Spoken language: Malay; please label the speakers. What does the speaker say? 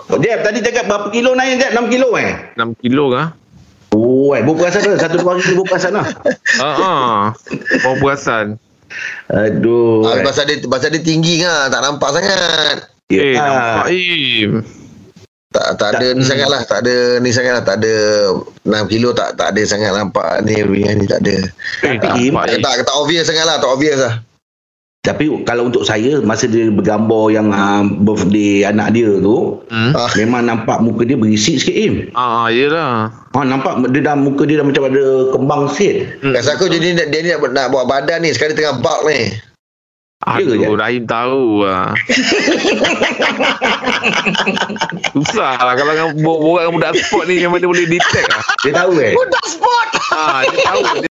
Speaker 1: Oh, Jeb, tadi cakap berapa kilo naik Jeb? 6 kilo eh?
Speaker 2: 6 kilo kah?
Speaker 1: Oh, eh, buku asal satu dua hari buku asal lah.
Speaker 2: Ha ah. Bawa perasan.
Speaker 1: Aduh. eh.
Speaker 3: Ah, pasal dia pasal dia tinggi kan tak nampak sangat.
Speaker 2: Eh,
Speaker 1: Ah.
Speaker 2: nampak Im.
Speaker 3: Tak tak ada ni sangatlah, tak ada ni sangatlah, tak ada 6 kilo tak tak ada sangat nampak ni ringan ni tak ada.
Speaker 2: Eh,
Speaker 1: Im,
Speaker 2: nampak
Speaker 3: Tak
Speaker 2: Im.
Speaker 3: tak, tak obvious sangatlah, tak obvious lah.
Speaker 1: Tapi kalau untuk saya masa dia bergambar yang uh, birthday anak dia tu
Speaker 2: Hmm?
Speaker 3: Ah,
Speaker 1: memang nampak muka dia berisik sikit Im.
Speaker 2: Ah, ah, yelah.
Speaker 1: Ha nampak dia dah muka dia dah macam ada kembang sikit.
Speaker 2: Hmm.
Speaker 3: rasa aku jadi dia ni nak, nak buat badan ni sekali tengah bulk ni.
Speaker 2: Aduh,
Speaker 1: Ya ke, Jeb?
Speaker 2: Rahim tahu lah. Susah lah kalau dengan borak dengan budak sport ni yang mana boleh detect lah.
Speaker 1: Dia tahu eh.
Speaker 3: Budak sport.
Speaker 2: Ha, dia tahu. Dia